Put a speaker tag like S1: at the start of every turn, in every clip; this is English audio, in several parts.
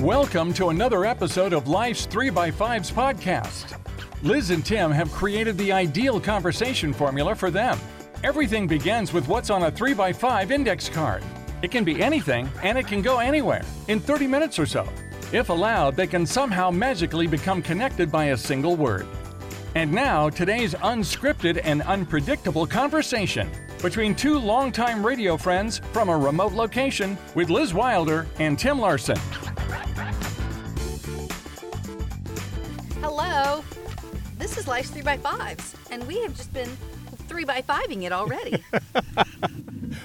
S1: Welcome to another episode of Life's 3x5s podcast. Liz and Tim have created the ideal conversation formula for them. Everything begins with what's on a 3x5 index card. It can be anything and it can go anywhere in 30 minutes or so. If allowed, they can somehow magically become connected by a single word. And now, today's unscripted and unpredictable conversation between two longtime radio friends from a remote location with Liz Wilder and Tim Larson.
S2: Hello. This is Life's 3 by 5s and we have just been 3 by 5 ing it already.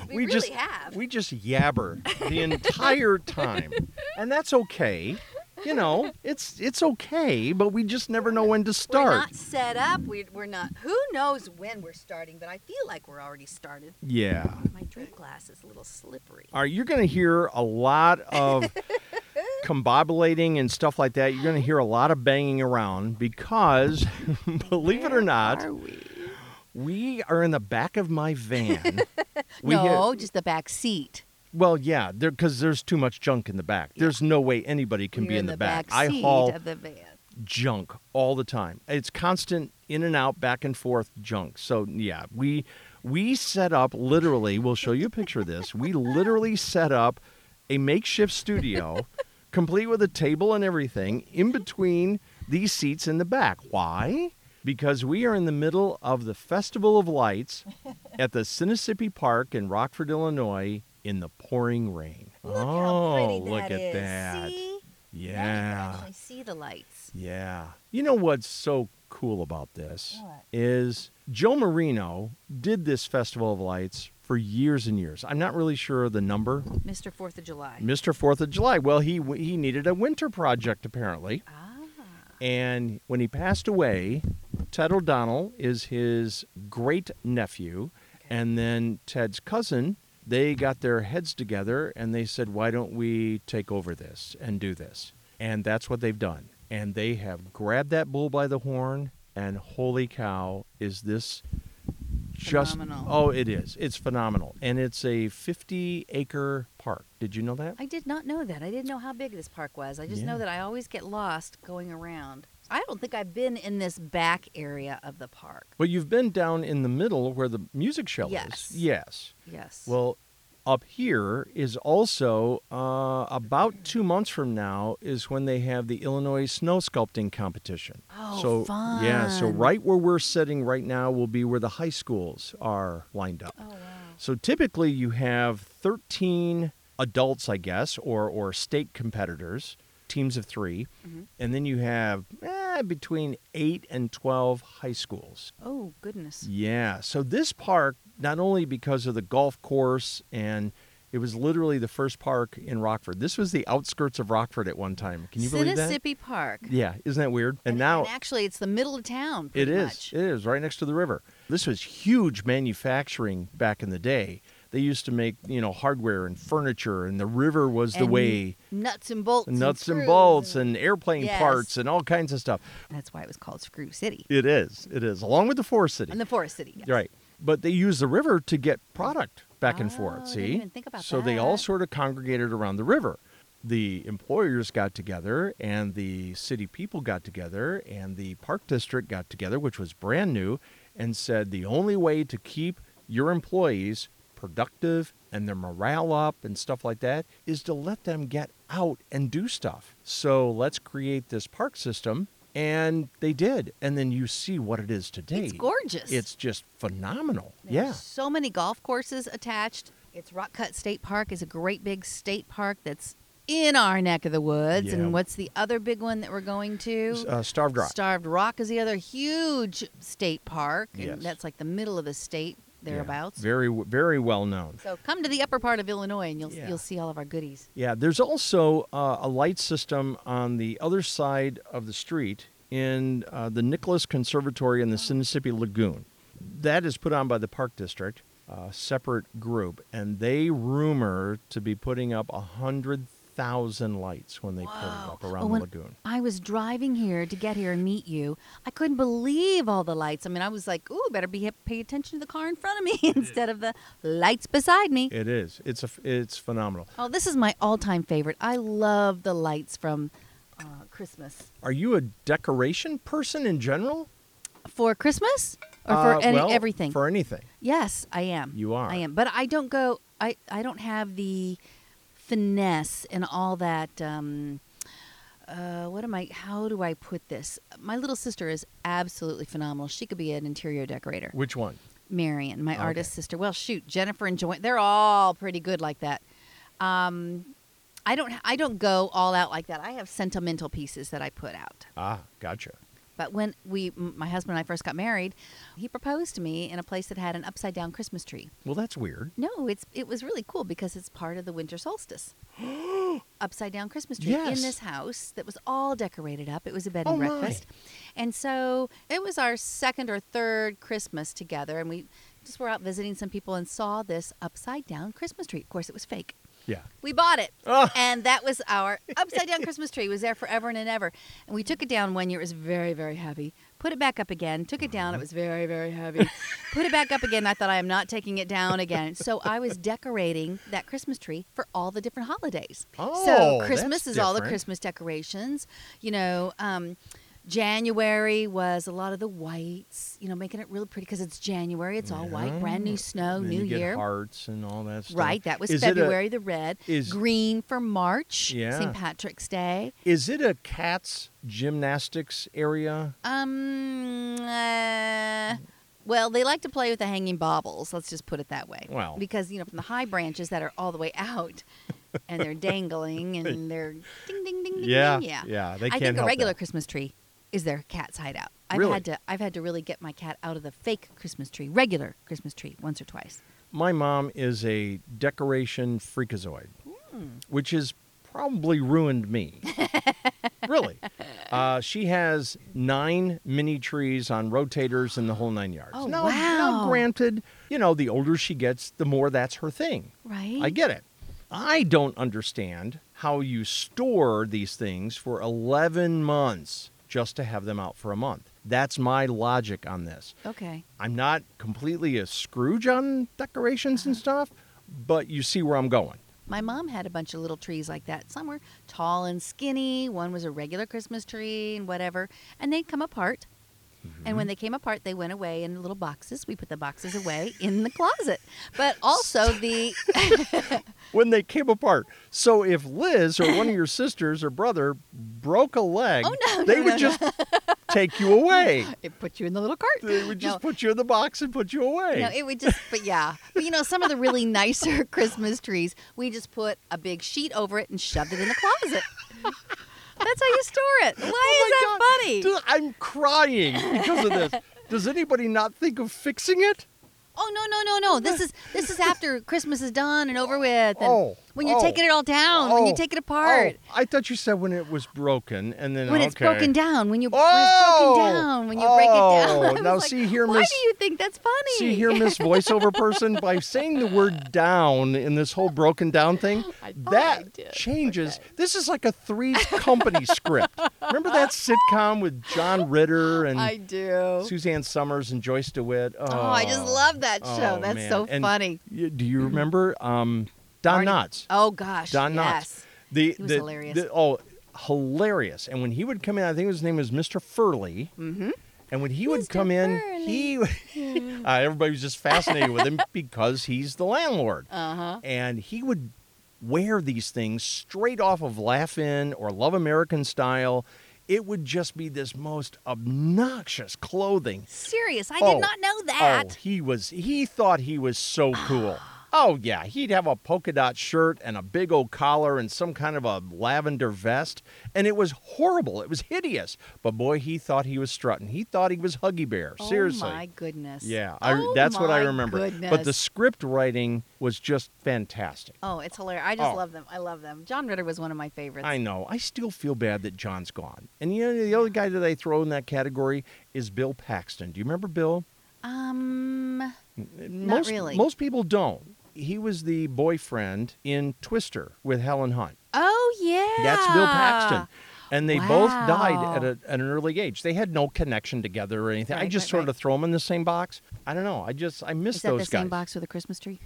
S2: we, really
S3: just
S2: have.
S3: we just yabber the entire time, and that's okay. You know, it's it's okay, but we just never know when to
S2: We're
S3: start.
S2: not set up. We, we're not. Who knows when we're starting, but I feel like we're already started.
S3: Yeah.
S2: My drink glass is a little slippery.
S3: All right, you're going to hear a lot of combobulating and stuff like that. You're going to hear a lot of banging around because, believe it or not,
S2: Are we?
S3: we are in the back of my van.
S2: no,
S3: hit-
S2: just the back seat.
S3: well, yeah, because there's too much junk in the back. There's no way anybody can
S2: We're
S3: be in,
S2: in
S3: the, back. I
S2: seat
S3: haul
S2: of the van.
S3: junk all the time. It's constant in and out, back and forth junk. So yeah, we we set up literally. We'll show you a picture of this. We literally set up a makeshift studio, complete with a table and everything, in between these seats in the back. Why? Because we are in the middle of the Festival of Lights at the Sinisippi Park in Rockford, Illinois, in the pouring rain.
S2: Look
S3: oh,
S2: how pretty that
S3: look at
S2: is.
S3: that!
S2: See? Now you can
S3: Yeah.
S2: actually see the lights.
S3: Yeah. You know what's so cool about this
S2: What?
S3: is Joe Marino did this Festival of Lights for years and years. I'm not really sure of the number.
S2: Mr. Fourth of July.
S3: Mr. 4th of July. Well, he he needed a winter project apparently.
S2: ah.
S3: And when he passed away, Ted O'Donnell is his great nephew, and then Ted's cousin. They got their heads together and they said, Why don't we take over this and do this? And that's what they've done. And they have grabbed that bull by the horn, and holy cow, is this just.
S2: Phenomenal.
S3: Oh, it is. It's phenomenal. And it's a 50 acre park. Did you know that?
S2: I did not know that. I didn't know how big this park was. I just know
S3: Yeah.
S2: that I always get lost going around. I don't think I've been in this back area of the park.
S3: Well, you've been down in the middle where the music shell
S2: Yes.
S3: is. Yes.
S2: Yes.
S3: Well, up here is also uh, about two months from now is when they have the Illinois snow sculpting competition.
S2: Oh,
S3: so yeah, so
S2: fun.
S3: right where we're sitting right now will be where the high schools are lined up.
S2: oh wow.
S3: So typically you have 13 adults, I guess, or or state competitors, teams of 3
S2: Mhm.
S3: and then you have eh, between eight and 12 high schools.
S2: Oh goodness.
S3: Yeah. So this park, not only because of the golf course and it was literally the first park in Rockford. This was the outskirts of Rockford at one time. Can you believe that?
S2: Sinisippi Park.
S3: Yeah, isn't that weird? And, now
S2: actually, it's the middle of town.
S3: it
S2: pretty
S3: is.
S2: much.
S3: It is right next to the river. This was huge manufacturing back in the day. They used to make, you know, hardware and furniture and the river was the
S2: And
S3: way
S2: Nuts and bolts.
S3: nuts and
S2: screws
S3: bolts and airplane
S2: Yes.
S3: parts and all kinds of stuff.
S2: That's why it was called Screw City.
S3: It is. It is. Along with the forest city.
S2: And the Forest City. Yes.
S3: Right. But they used the river to get product back and
S2: Oh,
S3: forth,
S2: I
S3: see?
S2: didn't even think about
S3: so they all
S2: that.
S3: sort of congregated around the river. The employers got together and the city people got together and the park district got together, which was brand new, and said the only way to keep your employees productive and their morale up and stuff like that is to let them get out and do stuff. So let's create this park system. And they did. And then you see what it is today.
S2: It's gorgeous.
S3: It's just phenomenal.
S2: There's
S3: yeah.
S2: So many golf courses attached. It's Rock Cut State Park is a great big state park that's in our neck of the woods.
S3: Yeah.
S2: And what's the other big one that we're going to?
S3: Uh, Starved Rock.
S2: Starved Rock is the other huge state park. And
S3: Yes.
S2: that's like the middle of the state
S3: Yeah.
S2: thereabouts.
S3: Very, very well known.
S2: so come to the upper part of Illinois and you'll
S3: Yeah.
S2: you'll see all of our goodies.
S3: Yeah, there's also uh, a light system on the other side of the street in uh, the Nicholas Conservatory in the
S2: Oh.
S3: Sinisippi Lagoon. That is put on by the Park District, a separate group, and they rumor to be putting up a hundred thousand lights when they put it up around
S2: Oh, when
S3: the lagoon.
S2: I was driving here to get here and meet you. I couldn't believe all the lights. I mean, I was like, "Ooh, better be pay attention to the car in front of me instead of the lights beside me."
S3: It is. It's a. f- It's phenomenal.
S2: Oh, this is my all-time favorite. I love the lights from uh, Christmas.
S3: Are you a decoration person in general,
S2: For Christmas or for
S3: Uh,
S2: any,
S3: well,
S2: everything?
S3: For anything.
S2: yes, I am.
S3: You are.
S2: I am, but I don't go. I I don't have the finesse and all that. Um, uh, what am I? How do I put this? My little sister is absolutely phenomenal. She could be an interior decorator.
S3: Which one?
S2: Marion, my
S3: Okay.
S2: artist sister. Well, shoot, Jennifer and Joy, they're all pretty good like that. Um, I don't, I don't go all out like that. I have sentimental pieces that I put out.
S3: Ah, gotcha.
S2: But when we, m- my husband and I first got married, he proposed to me in a place that had an upside down Christmas tree.
S3: Well, that's weird.
S2: No, it's it was really cool because it's part of the winter solstice. Upside down Christmas tree
S3: Yes.
S2: in this house that was all decorated up. It was a bed
S3: Oh,
S2: and
S3: my.
S2: breakfast. And so it was our second or third Christmas together and we just were out visiting some people and saw this upside down Christmas tree. Of course it was fake.
S3: Yeah.
S2: We bought it.
S3: Oh.
S2: And that was our upside down Christmas tree. It was there forever and ever. And we took it down one year. It was very, very heavy. Put it back up again. Took it down. It was very, very heavy. Put it back up again. I thought, I am not taking it down again. So I was decorating that Christmas tree for all the different holidays.
S3: Oh,
S2: so Christmas
S3: that's
S2: is all the
S3: different.
S2: Christmas decorations. You know, um, January was a lot of the whites, you know, making it really pretty because it's January. It's all white, brand new snow,
S3: Oh, Then
S2: Oh, new
S3: you get
S2: year.
S3: Hearts and all that stuff.
S2: Right, that was
S3: Is it a-
S2: February the red,
S3: is-
S2: green for March,
S3: Yeah.
S2: St. Patrick's Day.
S3: Is it a cat's gymnastics area?
S2: Um, uh, well, they like to play with the hanging baubles. Let's just put it that way.
S3: Well.
S2: because you know from the high branches that are all the way out, and they're dangling and they're ding ding ding ding.
S3: Yeah,
S2: ding, Mm, yeah,
S3: yeah, they
S2: I
S3: can't
S2: think a
S3: help
S2: regular
S3: that.
S2: Christmas tree is their cat's hideout. I've
S3: Really?
S2: had to I've had to really get my cat out of the fake Christmas tree, regular Christmas tree, once or twice.
S3: My mom is a decoration freakazoid,
S2: Hmm.
S3: which has probably ruined me. really. Uh, she has nine mini trees on rotators and the whole nine yards.
S2: Oh,
S3: now,
S2: wow.
S3: now, granted, you know, the older she gets, the more that's her thing.
S2: Right?
S3: I get it. I don't understand how you store these things for 11 months just to have them out for a month. That's my logic on this.
S2: Okay.
S3: I'm not completely a Scrooge on decorations and stuff, but you see where I'm going.
S2: My mom had a bunch of little trees like that. Some were tall and skinny. One was a regular Christmas tree and whatever. And they'd come apart. And
S3: Mm-hmm.
S2: when they came apart, they went away in little boxes. We put the boxes away in the closet. But also the
S3: When they came apart. So if Liz or one of your sisters or brother broke a leg,
S2: Oh,
S3: they would just take you away.
S2: it put you in the little cart.
S3: They would just
S2: No,
S3: put you in the box and put you away.
S2: No, it would just, but yeah. But you know, some of the really nicer Christmas trees, we just put a big sheet over it and shoved it in the closet. That's how you store it. Why is that funny?
S3: Oh Dude, I'm crying because of this. Does anybody not think of fixing it?
S2: Oh no no no no! This is this is after Christmas is done and over with, and
S3: Oh,
S2: when you're
S3: oh,
S2: taking it all down, when you
S3: Oh,
S2: take it apart,
S3: oh, I thought you said when it was broken and then
S2: when it's
S3: okay.
S2: broken down, when you
S3: Oh!
S2: when it's broken down, when you break it down.
S3: Oh,
S2: I was
S3: now
S2: like,
S3: see here,
S2: why
S3: Miss-
S2: do you think that's funny?
S3: See here, Miss Voiceover Person, by saying the word down in this whole broken down thing, that changes. This is like a three company script. Remember that sitcom with John Ritter and
S2: I do.
S3: Suzanne Summers and Joyce DeWitt? Oh,
S2: Oh, I just love that show.
S3: oh,
S2: that's
S3: man.
S2: so
S3: And
S2: funny.
S3: y- do you remember um, Don
S2: Arnie-
S3: Knotts?
S2: Oh gosh,
S3: Don
S2: yes.
S3: Knotts. The,
S2: He was
S3: the-
S2: hilarious.
S3: the- oh, hilarious! And when he would come in, I think his name was Mr. Furley. Mm-hmm. And when he would
S2: Mr.
S3: come in, he uh, everybody was just fascinated with him because he's the landlord,
S2: Uh huh.
S3: and he would wear these things straight off of Laugh-In or Love American Style. It would just be this most obnoxious clothing.
S2: Serious? I
S3: Oh,
S2: did not know
S3: Oh,
S2: that.
S3: he was. He thought he was so cool. oh yeah, he'd have a polka dot shirt and a big old collar and some kind of a lavender vest, and it was horrible. It was hideous. But boy, he thought he was strutting. He thought he was Huggy Bear. Seriously.
S2: Oh my goodness.
S3: Yeah, I,
S2: Oh,
S3: that's what I
S2: my
S3: remember. But the
S2: goodness.
S3: script writing was just fantastic.
S2: Oh, it's hilarious. I just
S3: Oh.
S2: love them. I love them. John Ritter was one of my favorites.
S3: I know. I still feel bad that John's gone. And you know, the other guy that I throw in that category is Bill Paxton. Do you remember Bill?
S2: Um, Not
S3: most,
S2: really.
S3: Most people don't. He was the boyfriend in Twister with Helen Hunt.
S2: oh
S3: That's Bill Paxton.
S2: Yeah.
S3: And they both died
S2: Wow.
S3: at, a, at an early age. They had no connection together or anything. I
S2: Right,
S3: just
S2: right,
S3: sort
S2: right.
S3: of throw them in the same box. I don't know. I just I miss
S2: Is that
S3: those
S2: the same
S3: guys.
S2: box with a Christmas tree?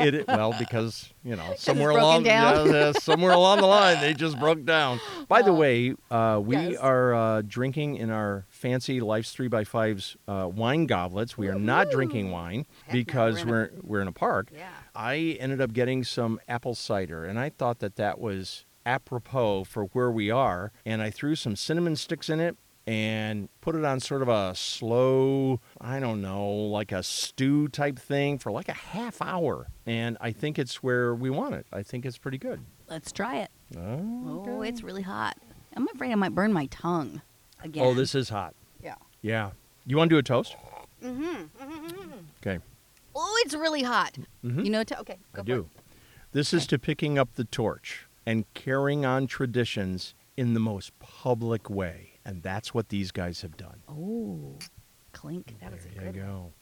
S3: It, it- well because you know somewhere
S2: broken
S3: along
S2: down.
S3: yeah, yeah, somewhere along the line they just broke down. By the way, uh, we
S2: yes.
S3: are uh, drinking in our fancy Life's Three by Fives uh, wine goblets. We are not drinking wine
S4: Heck no,
S3: because
S4: we're
S3: we're we're in a park.
S4: Yeah.
S3: I ended up getting some apple cider, and I thought that that was apropos for where we are. And I threw some cinnamon sticks in it and put it on sort of a slow, I don't know, like a stew type thing for like a half hour. And I think it's where we want it. I think it's pretty good.
S2: Let's try it.
S3: Oh,
S2: Oh, it's really hot. I'm afraid I might burn my tongue again.
S3: oh this is hot.
S2: Yeah.
S3: Yeah. You want to do a toast? Mm-hmm. Okay.
S2: Oh, it's really hot. You know, to, okay, go for
S3: Mm-hmm. I do.
S2: it.
S3: This is to picking up the torch and carrying on traditions in the most public way. And that's what these guys have done.
S2: Oh, clink. That was a
S3: There
S2: good.
S3: you go.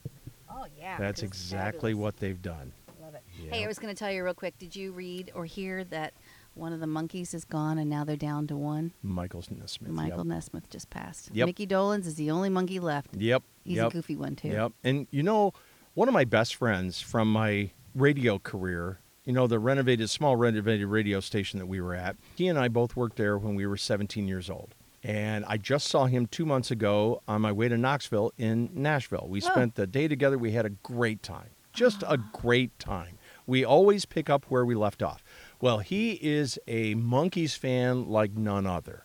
S2: Oh yeah.
S3: That's
S2: this is
S3: exactly
S2: fabulous.
S3: what they've done.
S2: Love it. Hey,
S3: Yeah.
S2: I was going to tell you real quick. Did you read or hear that one of the monkeys is gone and now they're down to one?
S3: Michael Nesmith.
S2: Michael
S3: Yep.
S2: Nesmith just passed.
S3: Yep.
S2: Mickey Dolenz is the only monkey left.
S3: Yep.
S2: He's
S3: yep.
S2: a goofy one too.
S3: Yep. And you know, one of my best friends from my radio career, you know, the renovated, small renovated radio station that we were at, he and I both worked there when we were 17 years old. And I just saw him two months ago on my way to Knoxville in Nashville. We
S2: Oh.
S3: spent the day together. We had a great time, just a great time. We always pick up where we left off. Well, he is a Monkeys fan like none other.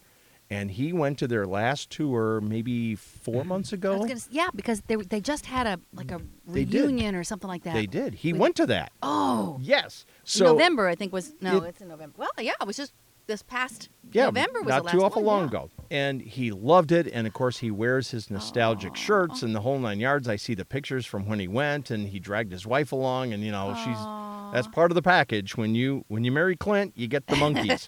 S3: And he went to their last tour maybe four months ago.
S2: I was gonna, s- yeah, because they were- they just had a like a
S3: They did.
S2: reunion or something like that.
S3: They did. He
S2: We-
S3: went to that.
S2: Oh,
S3: Yes. So
S2: November I think was no,
S3: It-
S2: it's in November. Well, yeah, it was just this past
S3: Yeah,
S2: November was
S3: not
S2: the last
S3: too awful
S2: one,
S3: long
S2: yeah.
S3: ago, and he loved it. And of course, he wears his nostalgic shirts and the whole nine yards. I see the pictures from when he went, and he dragged his wife along, and you know she's that's part of the package. When you when you marry Clint, you get the monkeys.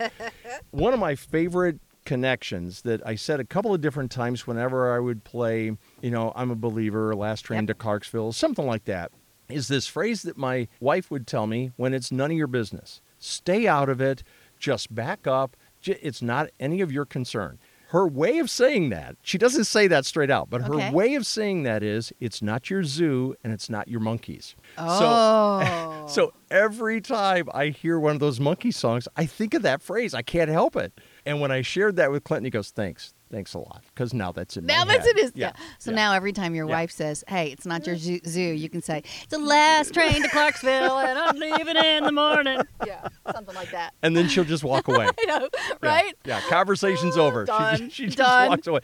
S3: One of my favorite connections that I said a couple of different times whenever I would play, you know, I'm a believer, last train to Clarksville, something like that, is this phrase that my wife would tell me when it's none of your business. Stay out of it, just back up. J- It's not any of your concern. Her way of saying that, she doesn't say that straight out, but her
S2: Okay.
S3: way of saying that is it's not your zoo and it's not your monkeys. So
S2: Oh.
S3: so every time I hear one of those monkey songs, I think of that phrase. I can't help it. And when I shared that with Clinton, he goes, "Thanks, thanks a lot," because now that's in my
S2: Now that's
S3: head.
S2: it is.
S3: Yeah.
S2: So
S3: yeah.
S2: now every time your
S3: Yeah.
S2: wife says, "Hey, it's not your zoo,", zoo," you can say, "It's the last train to Clarksville, and I'm leaving in the morning."
S4: Yeah, something like that.
S3: and then she'll just walk away.
S2: You know,
S3: Yeah.
S2: right? Oh,
S3: Yeah, conversation's over. She
S2: Done.
S3: just, she just
S2: Done.
S3: walks away.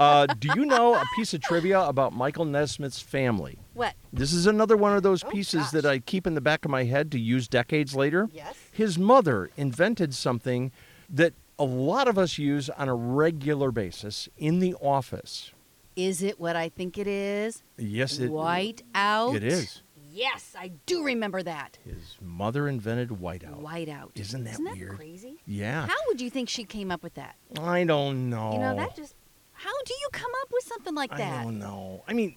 S3: Uh, do you know a piece of trivia about Michael Nesmith's family?
S4: What?
S3: This is another one of those
S4: Oh,
S3: pieces
S4: gosh.
S3: that I keep in the back of my head to use decades later.
S4: Yes.
S3: His mother invented something that a lot of us use on a regular basis in the office.
S2: Is it what I think it is?
S3: Yes, it
S2: White out.
S3: It is.
S2: Yes, I do remember that.
S3: His mother invented whiteout.
S2: White out.
S3: Isn't that
S2: Isn't that
S3: weird?
S2: crazy?
S3: Yeah.
S2: How would you think she came up with that?
S3: I don't know.
S4: You know, that just
S2: How do you come up with something like
S3: Oh. I
S2: that?
S3: don't know. I mean,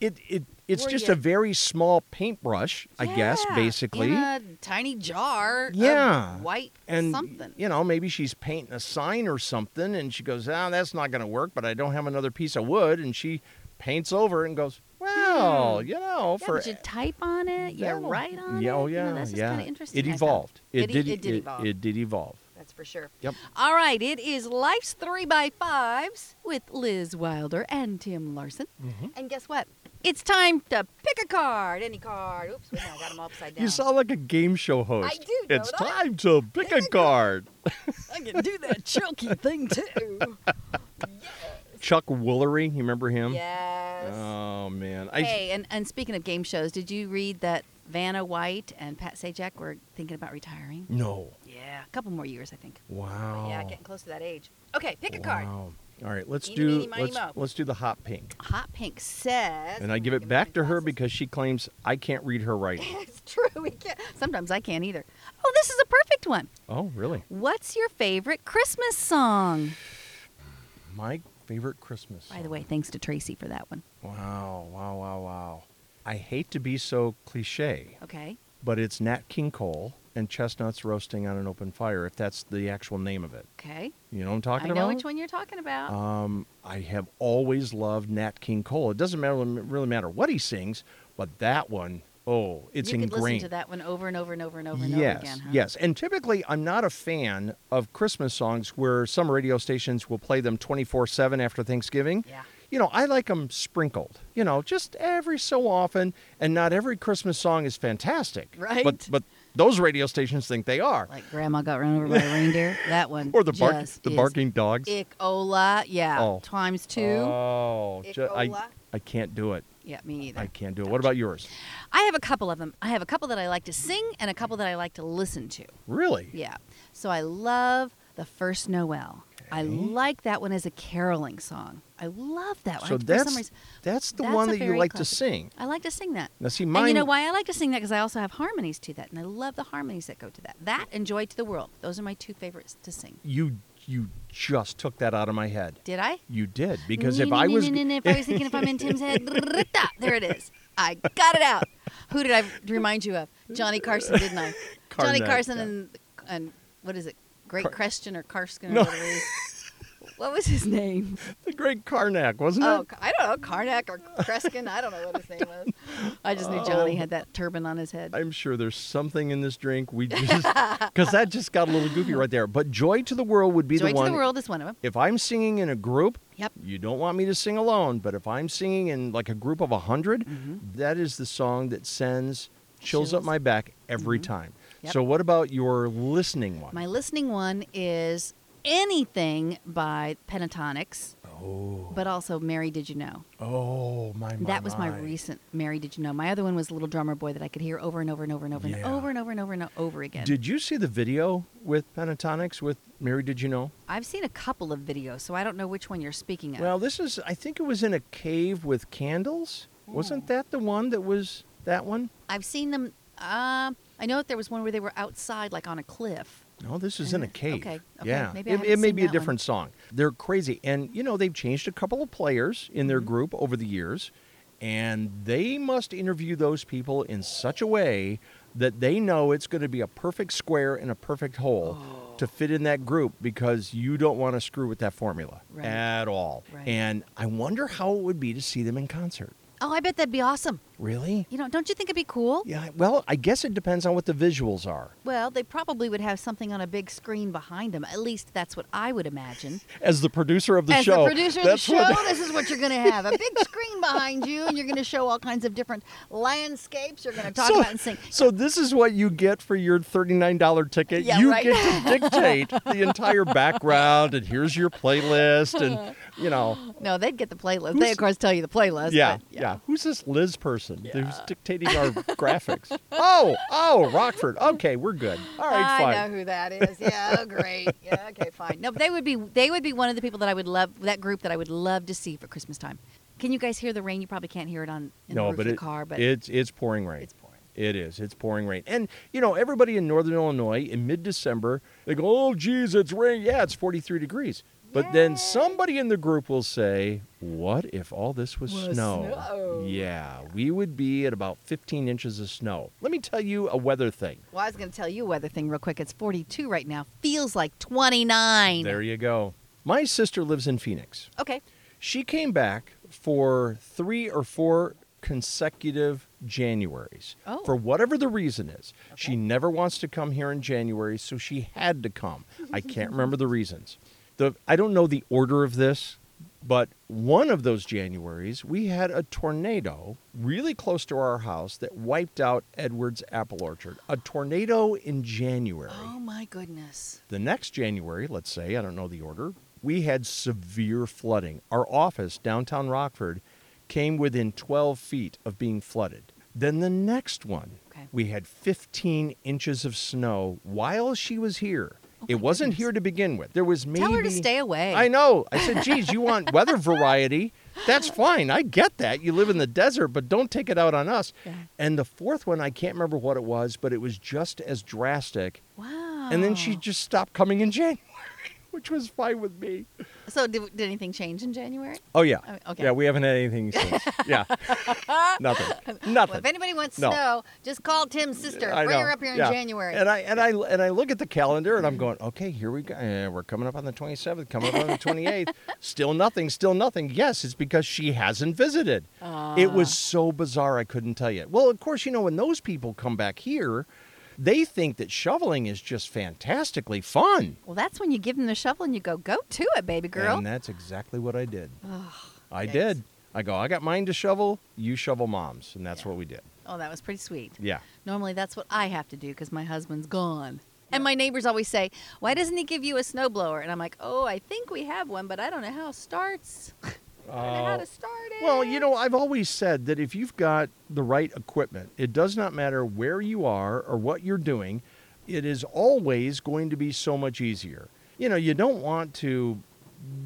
S3: it it it's
S4: Were
S3: just
S4: you-
S3: a very small paintbrush, I guess,
S2: Yeah,
S3: basically.
S2: In a tiny jar. of
S3: Yeah.
S2: white
S3: and
S2: something.
S3: you know maybe she's painting a sign or something and she goes ah that's not going to work but i don't have another piece of wood and she paints over and goes well you know
S2: Hmm. Yeah,
S3: for
S2: but you type on it, you
S3: Yeah.
S2: write on
S3: yeah,
S2: it.
S3: Oh,
S2: you
S3: yeah,
S2: know, that's just
S3: yeah.
S2: kinda interesting.
S3: It
S2: I found.
S3: evolved. It,
S2: It e-
S3: did.
S2: it did evolve.
S3: It, did evolve.
S4: that's for sure.
S3: Yep.
S2: All right, it is Life's Three by Fives with Liz Wilder and Tim Larson.
S3: Mm-hmm.
S4: And guess what?
S2: It's time to pick a card.
S4: Card, any card. Oops, wait, no, I got them all upside down.
S3: You sound like a game show host.
S4: do, don't
S3: It's
S4: I?
S3: time to pick a card.
S2: I can do that chunky thing too.
S3: Chuck Woolery, you remember him?
S4: Yes.
S3: Oh man, I
S2: Hey, and, and speaking of game shows, did you read that Vanna White and Pat Sajak were thinking about retiring?
S3: no.
S2: Yeah, a couple more years, I think.
S3: Wow.
S4: Yeah, getting close to that age. Okay, pick a card.
S3: Oh. Wow. All right, let's
S4: Eeny,
S3: do
S4: meeny, miny,
S3: let's,
S4: moe.
S3: let's do the hot pink.
S2: Hot Pink says.
S3: And I give it back to her because she claims I can't read her writing.
S4: It's true. We can't.
S2: Sometimes I can't either. Oh, this is a perfect one.
S3: Oh, really?
S2: What's your favorite Christmas song?
S3: My favorite Christmas.
S2: By the
S3: song.
S2: way, thanks to Tracy for that one.
S3: Wow, wow, wow, wow. I hate to be so cliche,
S2: Okay.
S3: but it's Nat King Cole and chestnuts roasting on an open fire, if that's the actual name of it.
S2: Okay.
S3: You know what I'm talking
S2: I
S3: about?
S2: know which one you're talking about.
S3: Um, I have always loved Nat King Cole. It doesn't matter, really matter what he sings, but that one, oh, it's
S2: you could
S3: ingrained.
S2: listen to that one over and over and over and over and
S3: yes,
S2: over again. Huh?
S3: yes. And typically, I'm not a fan of Christmas songs where some radio stations will play them 24 7 after Thanksgiving.
S2: Yeah.
S3: You know, I like them sprinkled, you know, just every so often. And not every Christmas song is fantastic. But,
S2: Right.
S3: but those radio stations think they are.
S2: Like Grandma got run over by a reindeer. That one.
S3: or the, bark,
S2: just
S3: the
S2: is
S3: barking dogs.
S2: Icola. Yeah.
S3: Oh.
S2: Times two.
S3: Oh, ju- I,
S4: Icola.
S3: I can't do it.
S2: yeah, me either.
S3: I can't do it. What about yours?
S2: I have a couple of them. I have a couple that I like to sing and a couple that I like to listen to.
S3: Really?
S2: Yeah. So I love the first Noel. I like that one as a caroling song. I love that one.
S3: So
S2: I- for some
S3: that's
S2: reason-
S3: that's the
S2: that's
S3: one
S2: a
S3: that you
S2: very
S3: like to
S2: classic-
S3: sing.
S2: I like to sing that.
S3: Now, see,
S2: And
S3: mine.
S2: you know why I like to sing that? Because I also have harmonies to that, and I love the harmonies that go to that. That and Joy to the World. Those are my two favorites to sing.
S3: You you just took that out of my head.
S2: Did I?
S3: You did because if
S2: Nee,
S3: I
S2: nee,
S3: was
S2: nee, nee, nee, if I was thinking if I'm in Tim's head, there it is. I got it out. Who did I remind you of? Johnny Carson, didn't I? Johnny
S3: Carnac,
S2: Carson
S3: yeah.
S2: and and what is it? Great
S3: Car-
S2: Christian or Carson?
S3: No.
S2: Or whatever it is. What was his name?
S3: the great Karnak, wasn't
S2: Oh,
S3: it?
S2: I don't know, Karnak or Kreskin. I don't know what his name was. I just knew Johnny had that turban on his head.
S3: I'm sure there's something in this drink we just because that just got a little goofy right there. But joy to the world would be
S2: Joy
S3: the
S2: to
S3: one.
S2: the World is one of them.
S3: If I'm singing in a group,
S2: Yep.
S3: you don't want me to sing alone. But if I'm singing in like a group of a 100 that is the song that sends chills, up
S2: Mm-hmm. Chills. Mm-hmm.
S3: my back every time.
S2: Yep.
S3: So what about your listening one?
S2: My listening one is anything by Pentatonics,
S3: oh,
S2: but also Mary Did You Know.
S3: oh my, my
S2: that was my recent Mary Did You Know. My other one was Little Drummer Boy that I could hear over and over and over and over and
S3: Yeah.
S2: over and over and over and over again.
S3: Did you see the video with Pentatonics with Mary? Did you know?
S2: I've seen a couple of videos, so I don't know which one you're speaking of.
S3: Well, this is. I think it was in a cave with candles. Wasn't that the one that was that one?
S2: I've seen them. Um, I know that there was one where they were outside, like on a cliff.
S3: No, Oh, this is in a
S2: Uh,
S3: cave.
S2: okay, okay,
S3: Yeah.
S2: maybe I
S3: it,
S2: haven't
S3: it may
S2: seen
S3: be a
S2: that one.
S3: different song. They're crazy. And, you know, they've changed a couple of players in
S2: Mm-hmm.
S3: their group over the years. And they must interview those people in such a way that they know it's going to be a perfect square and a perfect hole
S2: Oh.
S3: to fit in that group because you don't want to screw with that formula
S2: Right.
S3: at all.
S2: Right.
S3: And I wonder how it would be to see them in concert.
S2: Oh, I bet that'd be awesome.
S3: Really?
S2: You know, don't you think it'd be cool?
S3: Yeah. Well, I guess it depends on what the visuals are.
S2: Well, they probably would have something on a big screen behind them. At least that's what I would imagine.
S3: As the producer of the
S2: As
S3: show,
S2: the producer of the
S3: that's
S2: show,
S3: what-
S2: this is what you're going to have a big screen behind you, and you're going to show all kinds of different landscapes you're going to talk
S3: So-
S2: about and sing.
S3: So this is what you get for your thirty-nine dollar ticket.
S2: Yeah,
S3: you
S2: right.
S3: get to dictate the entire background, and here's your playlist, and you know,
S2: No, they'd get the playlist.
S3: Who's-
S2: They, of course, tell you the playlist.
S3: yeah,
S2: but,
S3: yeah, Who's this Liz person who's dictating our graphics? Oh, oh, Rockford. Okay, we're good. All right,
S2: I
S3: fine.
S2: know who that is. Yeah, oh, great. Yeah, okay, fine. No, but they would be they would be one of the people that I would love that group that I would love to see for Christmas time. Can you guys hear the rain? You probably can't hear it on in the
S3: no,
S2: roof
S3: but
S2: of the
S3: it-
S2: car, but
S3: it's it's pouring rain.
S2: it's pouring.
S3: It is. It's pouring rain. And, you know, everybody in Northern Illinois in mid December, they go, oh, geez, it's rain. Yeah, it's 43 degrees. But then somebody in the group will say, what if all this was snow?
S2: snow.
S3: Yeah, we would be at about 15 inches of snow. Let me tell you a weather thing.
S2: Well, I was going to tell you a weather thing real quick. It's 42 right now. Feels like 29.
S3: There you go. My sister lives in Phoenix.
S2: Okay.
S3: She came back for three or four consecutive Januaries.
S2: Oh.
S3: For whatever the reason is. She
S2: Okay.
S3: never wants to come here in January, so she had to come. I can't remember the reasons. The I don't know the order of this, but one of those Januaries, we had a tornado really close to our house that wiped out Edward's apple orchard. A tornado in January.
S2: Oh my goodness.
S3: The next January, let's say, I don't know the order, we had severe flooding. Our office, downtown Rockford, came within 12 feet of being flooded. Then the next one,
S2: Okay.
S3: we had 15 inches of snow while she was here. it wasn't here to begin with. There was maybe.
S2: Oh Tell her to stay away.
S3: I know. I said, geez, you want weather variety? That's fine. I get that. You live in the desert, but don't take it out on us.
S2: Yeah.
S3: And the fourth one, I can't remember what it was, but it was just as drastic
S2: Wow. Oh.
S3: and then she just stopped coming in January. which was fine with me.
S2: So did, did anything change in January?
S3: Oh yeah,
S2: I mean, okay.
S3: yeah. We haven't had anything since. yeah, nothing, nothing.
S2: Well, if anybody wants
S3: No.
S2: to know, just call Tim's sister.
S3: I
S2: Bring
S3: know.
S2: her up here in
S3: Yeah.
S2: January.
S3: And I and I and I look at the calendar and I'm going, okay, here we go. Uh, we're coming up on the 27th, coming up on the 28th. Still nothing, still nothing. Yes, it's because she hasn't visited. It
S2: Ah.
S3: was so bizarre, I couldn't tell you. Well, of course, you know when those people come back here, they think that shoveling is just fantastically fun.
S2: well, that's when you give them the shovel and you go, go to it, baby girl.
S3: And that's exactly what I did. I
S2: yikes.
S3: did. I go, I got mine to shovel, you shovel mom's, and that's what we did.
S2: oh, that was pretty sweet.
S3: Yeah.
S2: Normally, that's what I have to do because my husband's gone. And my neighbors always say, why doesn't he give you a snowblower? And I'm like, oh, I think we have one, but I don't know how it starts. I don't know how
S3: Oh.
S2: to start it.
S3: Well, you know, I've always said that if you've got the right equipment, it does not matter where you are or what you're doing, it is always going to be so much easier. You know, you don't want to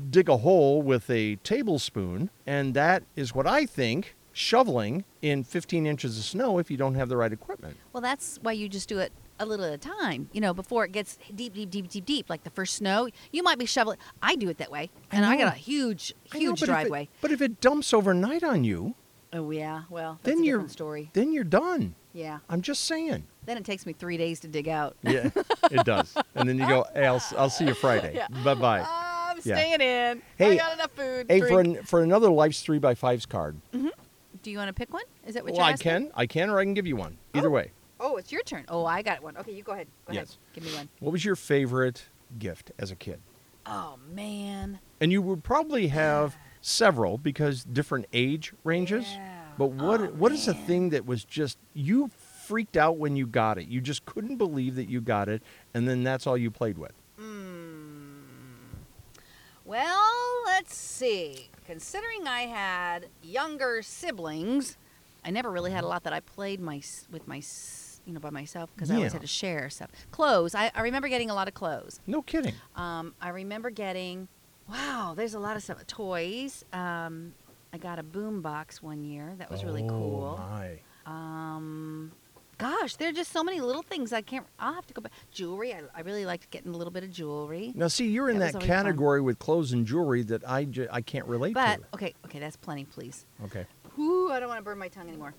S3: dig a hole with a tablespoon, and that is what I think shoveling in 15 inches of snow if you don't have the right equipment.
S2: Well, that's why you just do it a little at a time, you know, before it gets deep, deep, deep, deep, deep. Like the first snow, you might be shoveling. I do it that way. And I,
S3: know.
S2: got a huge,
S3: I know,
S2: huge
S3: but if it-
S2: driveway.
S3: but if it dumps overnight on you,
S2: Oh, yeah. Well, that's
S3: then
S2: a
S3: you're
S2: different story.
S3: then you're done.
S2: Yeah.
S3: I'm just saying.
S2: Then it takes me three days to dig out.
S3: Yeah, it does. And then you go, hey, I'll, I'll see you Friday. Bye bye.
S2: Oh, I'm
S3: Yeah.
S2: staying in.
S3: Hey,
S2: I got enough food.
S3: Hey, for,
S2: drink.
S3: an, for another Life's 3 by 5s card.
S2: Do you want to pick one? Is that what
S3: Well,
S2: you're
S3: I
S2: asking?
S3: can. I can, or I can give you one. Either way.
S2: Oh, it's your turn. Oh, I got one. Okay, you go ahead. Go
S3: Yes.
S2: ahead. Give me one.
S3: What was your favorite gift as a kid?
S2: Oh, man.
S3: And you would probably have several because different age ranges.
S2: Yeah. Oh,
S3: But what what is the thing that was just you freaked out when you got it? You just couldn't believe that you got it, and then that's all you played with.
S2: Hmm. Well, let's see. Considering I had younger siblings, I never really had a lot that I played my s- with my s- you know by myself because I always
S3: Yeah.
S2: had to share stuff. Clothes. I, I remember getting a lot of clothes.
S3: No kidding.
S2: Um, I remember getting wow. There's a lot of stuff. Toys. Um, I got a boom box one year. That was really cool.
S3: Oh my.
S2: Um, gosh, there are just so many little things I can't. I'll have to go back. Jewelry. I, I really liked getting a little bit of jewelry.
S3: Now see, you're in
S2: That was
S3: that,
S2: always fun.
S3: category with clothes and jewelry that I, ju- I can't relate
S2: But
S3: to.
S2: okay, okay, that's plenty, please.
S3: Okay.
S2: Ooh, I don't want to burn my tongue anymore.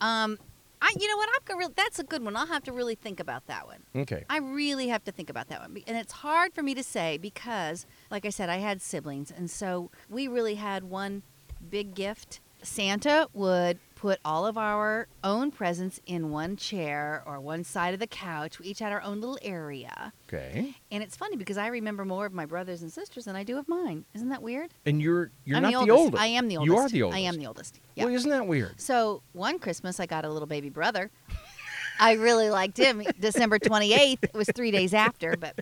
S2: Um, I, you know what? I'm gonna. Re- that's a good one. I'll have to really think about that one.
S3: Okay.
S2: I really have to think about that one, Be- and it's hard for me to say because, like I said, I had siblings, and so we really had one big gift. Santa would put all of our own presents in one chair or one side of the couch. We each had our own little area,
S3: Okay.
S2: and it's funny because I remember more of my brothers and sisters than I do of mine. Isn't that weird?
S3: And you're you're
S2: I'm
S3: not
S2: the
S3: the
S2: oldest.
S3: oldest.
S2: I am the oldest.
S3: You are the oldest.
S2: I am the oldest. Yeah.
S3: Well, isn't that weird?
S2: So one Christmas, I got a little baby brother. I really liked him. December 28th It was three days after, but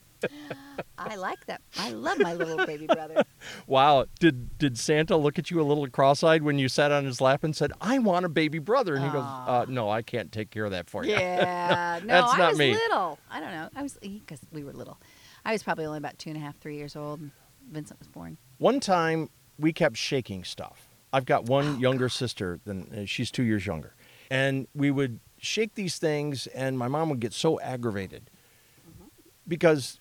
S2: I like that. I love my little baby brother.
S3: Wow. Did did Santa look at you a little cross-eyed when you sat on his lap and said, "I want a baby brother," and he goes,
S2: Aw.
S3: uh, "No, I can't take care of that for you."
S2: Yeah. No,
S3: That's
S2: I
S3: not
S2: was
S3: me.
S2: little. I don't know. I was, because we were little. I was probably only about two and a half, three years old. And Vincent was born.
S3: One time we kept shaking stuff. I've got
S2: Oh,
S3: one younger sister than uh, she's 2 years younger. And we would shake these things and my mom would get so aggravated
S2: Mm-hmm.
S3: because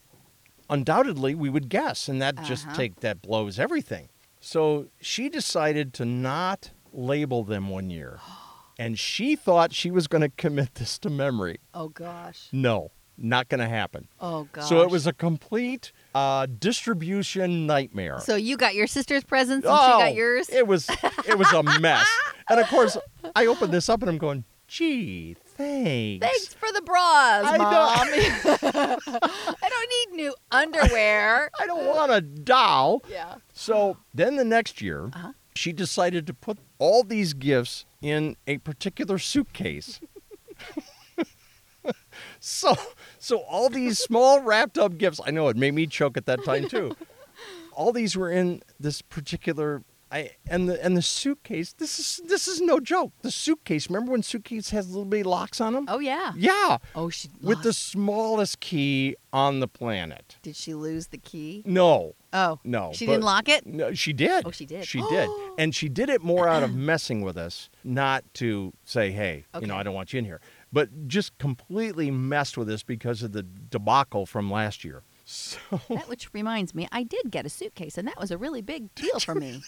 S3: undoubtedly we would guess and that just
S2: Uh-huh.
S3: take that blows everything. So she decided to not label them one year. And she thought she was going to commit this to memory.
S2: Oh, gosh.
S3: No, not going to happen.
S2: Oh, gosh.
S3: So it was a complete uh, distribution nightmare.
S2: So you got your sister's presents and
S3: Oh,
S2: she got yours?
S3: It was it was a mess. and of course, I opened this up and I'm going, gee, thanks.
S2: Thanks for the bras,
S3: I
S2: Mom.
S3: don't,
S2: I don't need new underwear.
S3: I don't want a doll.
S2: yeah.
S3: So then the next year,
S2: Uh-huh.
S3: she decided to put all these gifts in a particular suitcase. so so all these small wrapped up gifts. I know it made me choke at that time too. all these were in this particular I and the and the suitcase. This is this is no joke. The suitcase. Remember when suitcase has little bitty locks on them?
S2: Oh, yeah.
S3: Yeah.
S2: Oh, she
S3: With the
S2: lost-
S3: smallest key on the planet.
S2: Did she lose the key?
S3: No.
S2: Oh
S3: No,
S2: she
S3: but-
S2: didn't lock it.
S3: No, she did.
S2: Oh, she did.
S3: She did. And she did it more out of messing with us, not to say, hey, you know,
S2: Okay.
S3: I don't want you in here, but just completely messed with us because of the debacle from last year. So
S2: That which reminds me, I did get a suitcase, and that was a really big deal for me.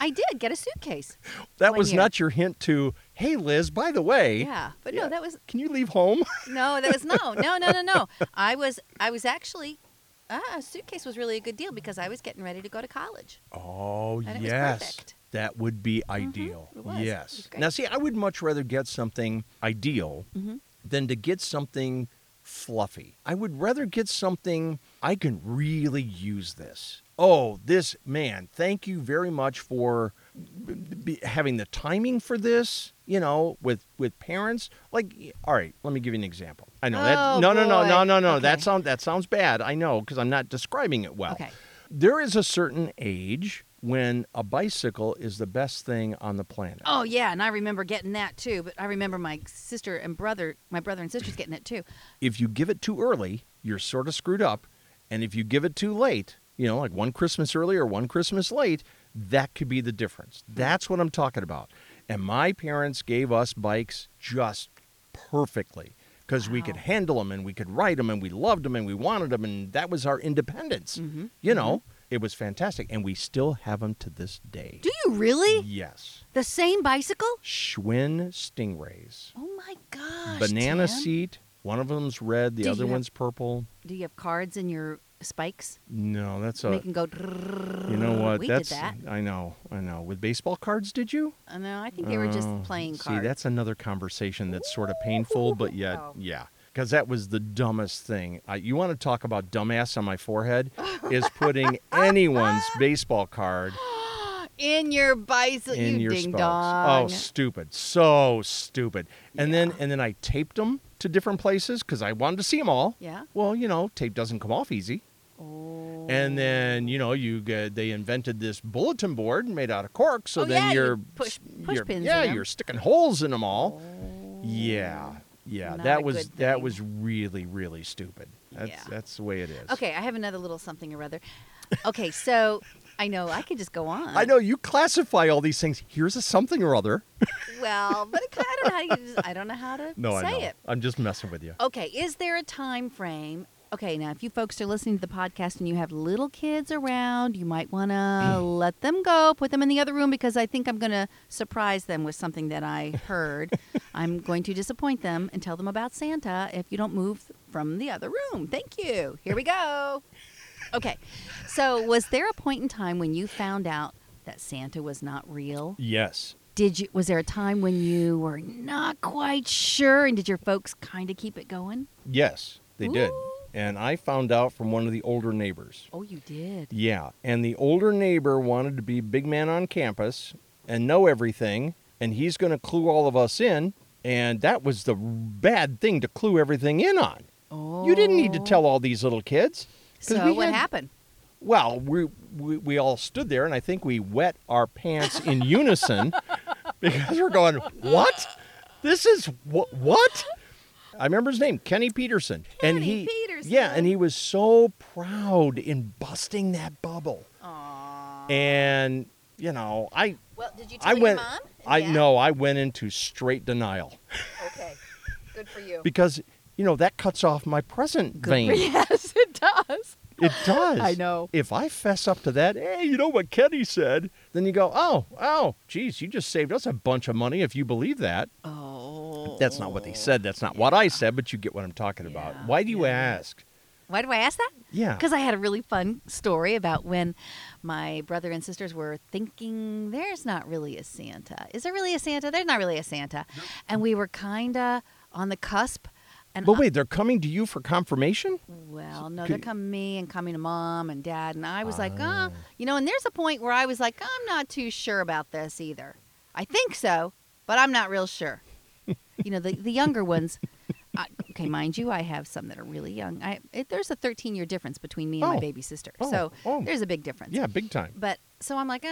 S2: I did get a suitcase.
S3: that
S2: one
S3: was
S2: year.
S3: not your hint to, hey, Liz, by the way,
S2: Yeah, but no, that was
S3: can you leave home?
S2: no, that was no, no, no, no, no. I was, I was actually, ah, a suitcase was really a good deal because I was getting ready to go to college.
S3: Oh,
S2: And it was
S3: yes.
S2: perfect. Mm-hmm.
S3: That would be ideal.
S2: it was. It
S3: Yes.
S2: was great.
S3: now, see, I would much rather get something ideal than to get something fluffy. I would rather get something I can really use this. Oh, this man, thank you very much for b- b- having the timing for this, you know, with with parents. Like all right, let me give you an example. I know that
S2: Oh,
S3: no, no, no,
S2: boy.
S3: no, no, no. That
S2: Okay.
S3: sounds that sounds bad. I know because I'm not describing it well
S2: Okay.
S3: there is a certain age when a bicycle is the best thing on the planet.
S2: Oh yeah, and I remember getting that too. But I remember my sister and brother, my brother and sister's getting it too.
S3: If you give it too early, you're sort of screwed up. And if you give it too late, you know, like one Christmas early or one Christmas late, that could be the difference.
S2: Hmm.
S3: That's what I'm talking about. And my parents gave us bikes just perfectly because we could handle them and we could ride them and we loved them and we wanted them. And that was our independence.
S2: Mm-hmm.
S3: You know, it was fantastic. And we still have them to this day.
S2: Do you really?
S3: Yes.
S2: The same bicycle?
S3: Schwinn stingrays.
S2: Oh my gosh!
S3: Banana
S2: Tim.
S3: seat. One of them's red. The
S2: Did
S3: other
S2: you have-
S3: one's purple.
S2: Do you have cards in your spikes?
S3: No, that's
S2: So
S3: a.
S2: Make them go.
S3: you know what?
S2: We
S3: that's
S2: did that.
S3: I know. I know. With baseball cards, did you?
S2: Uh, No, I think they were just
S3: Oh,
S2: playing
S3: See,
S2: cards. Oh.
S3: that's another conversation that's sort of painful, but yet,
S2: Wow.
S3: yeah. Because that was the dumbest thing. I, you want to talk about dumbass on my forehead? Is putting anyone's baseball card
S2: in your bicycle.
S3: in
S2: you
S3: your
S2: ding
S3: spokes.
S2: dong.
S3: Oh, stupid! So stupid. And then and then I taped them to different places because I wanted to see them all.
S2: Yeah.
S3: Well, you know, tape doesn't come off easy.
S2: Oh.
S3: And then you know you get, they invented this bulletin board made out of cork, so
S2: Oh,
S3: then
S2: yeah, you
S3: you're
S2: push- push
S3: you're-
S2: pins in
S3: Yeah,
S2: 'em.
S3: you're sticking holes in them all. Yeah, yeah.
S2: Oh, Not
S3: that
S2: a
S3: was
S2: good
S3: that
S2: thing.
S3: was really really stupid. That's
S2: Yeah.
S3: that's the way it is.
S2: Okay, I have another little something or other. Okay, so I know I could just go on.
S3: I know you classify all these things. Here's a something or other.
S2: Well, but it kinda- I don't know how to. Just, I don't know how to
S3: No,
S2: say
S3: I know.
S2: it. Oh.
S3: I'm just messing with you.
S2: Okay, is there a time frame? Okay, now if you folks are listening to the podcast and you have little kids around, you might want to let them go, put them in the other room because I think I'm going to surprise them with something that I heard. I'm going to disappoint them and tell them about Santa if you don't move from the other room. Thank you. Here we go. Okay. So, was there a point in time when you found out that Santa was not real?
S3: Yes.
S2: Did you was there a time when you were not quite sure and did your folks kind of keep it going?
S3: Yes, they did. And I found out from one of the older neighbors.
S2: Oh, you did.
S3: Yeah, and the older neighbor wanted to be big man on campus and know everything, and he's going to clue all of us in, and that was the bad thing to clue everything in on.
S2: Oh.
S3: You didn't need to tell all these little kids. 'cause
S2: So
S3: we
S2: what
S3: had-
S2: happened?
S3: Well, we, we we all stood there, and I think we wet our pants in unison because we're going, "What? This is wh- what?" I remember his name, Kenny Peterson, and
S2: Kenny
S3: he,
S2: Peterson.
S3: yeah, and he was so proud in busting that bubble,
S2: Aww.
S3: and you know, I
S2: Well, did you tell
S3: I
S2: your
S3: went,
S2: mom? and
S3: I
S2: dad?
S3: know, I went into straight denial
S2: Okay. Good for you.
S3: because you know that cuts off my present vein.
S2: yes, it does.
S3: It does.
S2: I know.
S3: If I fess up to that, hey, you know what Kenny said, then you go, oh, oh, geez, you just saved us a bunch of money if you believe that.
S2: Oh.
S3: That's not what they said. That's not what I said, but you get what I'm talking about.
S2: Yeah,
S3: Why do you ask?
S2: Why do I ask that?
S3: Yeah.
S2: Because I had a really fun story about when my brother and sisters were thinking, there's not really a Santa. Is there really a Santa? There's not really a Santa. And we were kind of on the cusp. And
S3: But wait, they're coming to you for confirmation?
S2: Well, no,
S3: could- Oh.
S2: they're coming to me and coming to mom and dad, and I was like, uh, you know, and there's a point where I was like, I'm not too sure about this either. I think so, but I'm not real sure. you know, the the younger ones. I, okay, mind you, I have some that are really young. I it, there's a 13 year difference between me and
S3: Oh.
S2: my baby sister,
S3: Oh,
S2: so
S3: oh.
S2: there's a big difference.
S3: Yeah, big time.
S2: But so I'm like, uh,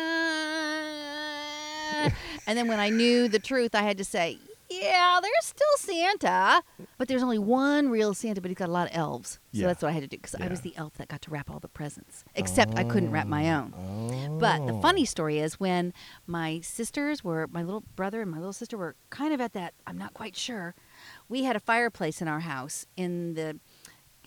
S2: and then when I knew the truth, I had to say, yeah, there's still Santa, but there's only one real Santa, but he's got a lot of elves. So
S3: Yeah.
S2: that's what I had to do because I was
S3: Yeah. Oh.
S2: the elf that got to wrap all the presents, except I couldn't wrap my own. But the funny story is when my sisters were, my little brother and my little sister were kind of at that, I'm not quite sure. We had a fireplace in our house in the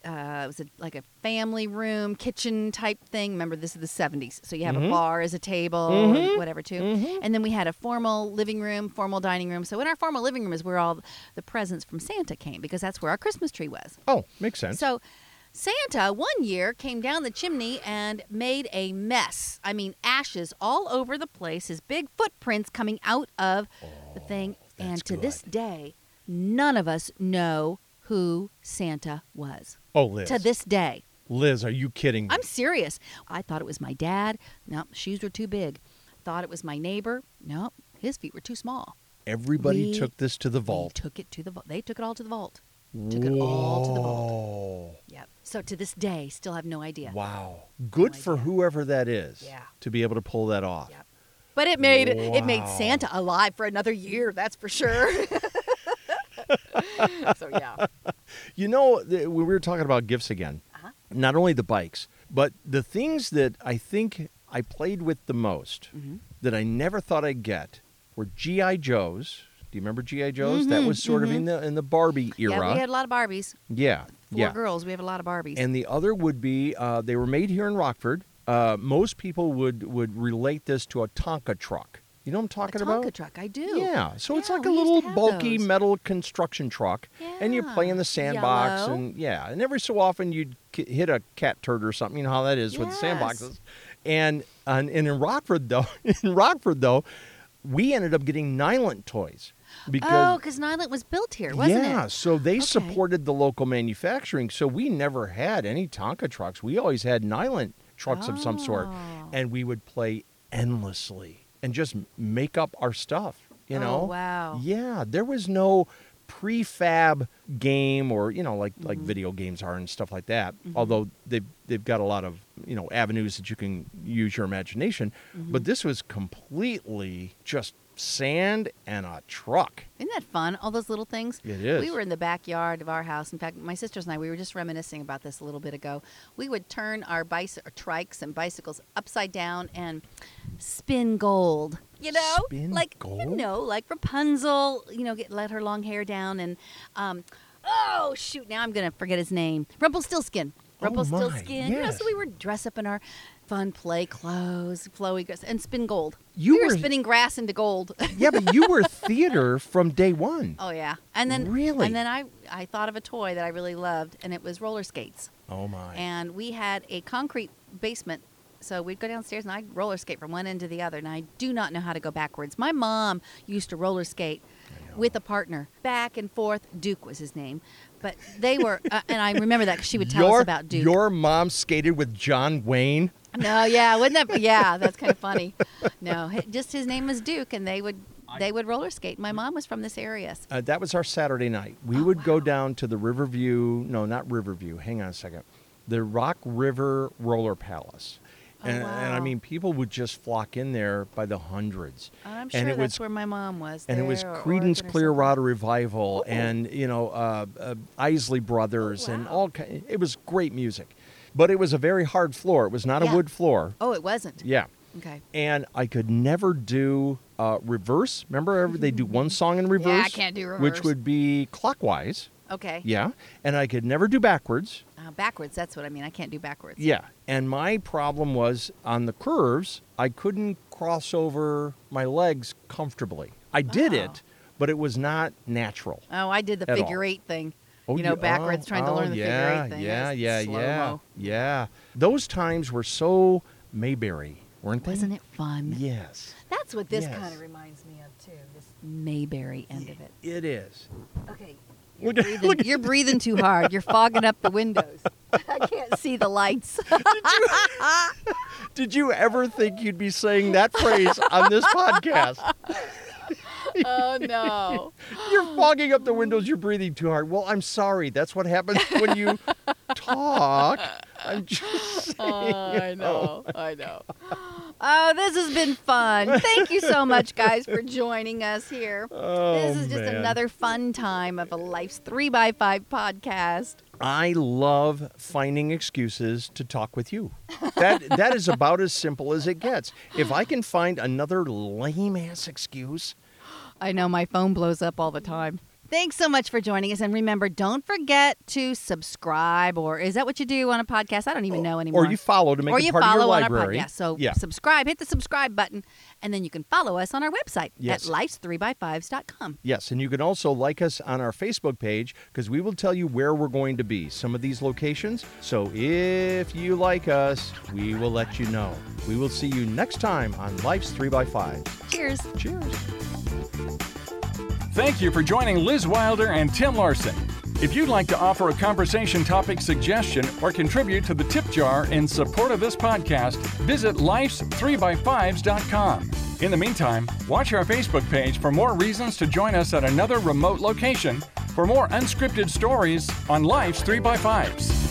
S2: uh, it was a, like a family room, kitchen type thing. Remember, this is the 70s. So you have a bar as a table, and whatever, too. And then we had a formal living room, formal dining room. So in our formal living room is where all the presents from Santa came because that's where our Christmas tree was.
S3: Oh, makes sense.
S2: So Santa one year came down the chimney and made a mess. I mean, ashes all over the place, his big footprints coming out of the thing. And to this day, none of us know who Santa was.
S3: oh, Liz.
S2: To this day.
S3: Liz, are you kidding me?
S2: I'm serious. I thought it was my dad. No, shoes were too big. Thought it was my neighbor. No, his feet were too small.
S3: Everybody
S2: we-
S3: took this to the
S2: They
S3: vault.
S2: took it to the vault. They took it all to the vault. Took it all to the vault.
S3: Oh,
S2: Yep. So to this day, still have no idea.
S3: wow. Good
S2: No
S3: for
S2: idea.
S3: whoever that is
S2: Yeah.
S3: to be able to pull that off.
S2: Yep. But it made it made
S3: Wow.
S2: Santa alive for another year. That's for sure. so yeah.
S3: You know, th- when we were talking about gifts again,
S2: Uh-huh.
S3: not only the bikes, but the things that I think I played with the most
S2: Mm-hmm.
S3: that I never thought I'd get were GI Joes. Do you remember GI Joes? That was sort of in the in the Barbie era.
S2: Mm-hmm. Yeah, we had a lot of Barbies.
S3: yeah,
S2: Four
S3: yeah.
S2: girls. We have a lot of Barbies.
S3: And the other would be uh, they were made here in Rockford. Uh, most people would would relate this to a Tonka truck. You know what I'm
S2: a
S3: talking
S2: Tonka
S3: about?
S2: truck. I do.
S3: Yeah, so it's
S2: Yeah,
S3: like a
S2: we used to
S3: little
S2: have
S3: bulky
S2: those.
S3: metal construction truck, and you play in
S2: Yeah.
S3: the sandbox,
S2: Yellow.
S3: and yeah, and every so often you'd k- hit a cat turd or something. You know how that is with the sandboxes.
S2: Yes.
S3: And, and and in Rockford though, in Rockford though, we ended up getting Nylon toys because
S2: oh, because Nyland was built here, wasn't
S3: yeah,
S2: it?
S3: so they
S2: Okay.
S3: supported the local manufacturing. So we never had any Tonka trucks. We always had nylon trucks of some sort,
S2: Oh.
S3: and we would play endlessly and just m- make up our stuff. You
S2: Oh,
S3: know?
S2: wow.
S3: Yeah, there was no prefab game or you know like like
S2: Mm-hmm.
S3: video games are and stuff like that. Although they they've got a lot of you know avenues that you can use your imagination,
S2: Mm-hmm.
S3: but this was completely just sand and a truck.
S2: Isn't that fun? All those little things.
S3: It is.
S2: We were in the backyard of our house. In fact, my sisters and I, we were just reminiscing about this a little bit ago. We would turn our bicy- or trikes and bicycles upside down and spin gold. You know,
S3: Spin
S2: like you
S3: gold?
S2: know, like Rapunzel. You know, get, let her long hair down and, um, oh shoot! Now I'm gonna forget his name. Rumpelstiltskin.
S3: Oh,
S2: Rumpelstiltskin.
S3: my,
S2: You know, so
S3: yes.
S2: we would dress up in our fun play clothes, flowy dress, and spin gold.
S3: You
S2: we were,
S3: were-
S2: spinning grass into gold.
S3: Yeah, but you were theater from day one.
S2: Oh yeah, and then
S3: Really?
S2: and then I I thought of a toy that I really loved, and it was roller skates.
S3: Oh my.
S2: And we had a concrete basement, so we'd go downstairs and I'd roller skate from one end to the other. And I do not know how to go backwards. My mom used to roller skate with a partner back and forth. Duke was his name, but they were, uh, and I remember that 'cause she would tell
S3: your,
S2: us about Duke.
S3: Your mom skated with John Wayne.
S2: No, yeah, wouldn't that? Yeah, that's kind of funny. No, hi- just his name was Duke, and they would they would roller skate. My mom was from this area. so-
S3: Uh, that was our Saturday night.
S2: Oh,
S3: We would go down to the Riverview. No, not Riverview. Hang on a second. The Rock River Roller Palace.
S2: Oh,
S3: and, and I
S2: wow.
S3: mean, people would just flock in there by the hundreds.
S2: I'm
S3: And
S2: sure
S3: it
S2: that's
S3: was
S2: where my mom was.
S3: and it was
S2: there or
S3: Credence
S2: Oregon or
S3: Clearwater Revival, and you know uh, uh, Isley Brothers, and
S2: Oh, wow.
S3: all. ki- It was great music, but it was a very hard floor. It was not a
S2: Yeah.
S3: wood floor.
S2: something. Oh, it wasn't.
S3: Yeah,
S2: Okay.
S3: and I could never do uh, reverse. Remember, every- they do one song in reverse.
S2: can't do
S3: Which
S2: reverse.
S3: would be clockwise.
S2: Okay.
S3: Yeah, and I could never do backwards.
S2: Uh, backwards. That's what I mean. I can't do backwards.
S3: Yeah, and my problem was on the curves, I couldn't cross over my legs comfortably. I did
S2: Oh.
S3: it, but it was not natural.
S2: Oh, I did the
S3: At all.
S2: figure eight thing.
S3: Oh,
S2: you know,
S3: yeah.
S2: backwards,
S3: Oh,
S2: trying to
S3: oh,
S2: learn the
S3: yeah,
S2: figure eight thing.
S3: Yeah,
S2: It was
S3: yeah,
S2: slow-mo.
S3: yeah, yeah. Those times were so Mayberry, weren't they?
S2: Wasn't it fun?
S3: Yes,
S2: That's what this
S3: Yes.
S2: kind of reminds me of too. This Mayberry end of it.
S3: it is.
S2: Okay. You're,
S3: Look at-
S2: breathing, you're breathing too hard. You're fogging up the windows. I can't see the lights.
S3: Did you ever think you'd be saying that phrase on this podcast?
S2: oh no.
S3: You're fogging up the windows. You're breathing too hard. Well, I'm sorry. That's what happens when you talk. I'm just
S2: Oh, I know. I know. Oh, this has been fun. Thank you so much, guys, for joining us here.
S3: Oh,
S2: this is just
S3: man.
S2: another fun time of a Life's 3 by 5 podcast.
S3: I love finding excuses to talk with you. That that is about as simple as it gets. If I can find another lame ass excuse,
S2: I know my phone blows up all the time. Thanks so much for joining us. And remember, don't forget to subscribe, or is that what you do on a podcast? I don't even know anymore.
S3: Or you follow to make
S2: or
S3: it
S2: you
S3: part
S2: follow
S3: of your
S2: on
S3: library.
S2: our podcast. So
S3: yeah.
S2: subscribe, hit the subscribe button, and then you can follow us on our website
S3: Yes.
S2: at life's3by5s.com.
S3: Yes, and you can also like us on our Facebook page because we will tell you where we're going to be, some of these locations. So if you like us, we will let you know. We will see you next time on Life's 3x5.
S2: Cheers.
S3: Cheers.
S1: Thank you for joining Liz Wilder and Tim Larson. If you'd like to offer a conversation topic suggestion or contribute to the tip jar in support of this podcast, visit life's3by5s.com. In the meantime, watch our Facebook page for more reasons to join us at another remote location for more unscripted stories on Life's 3x5s.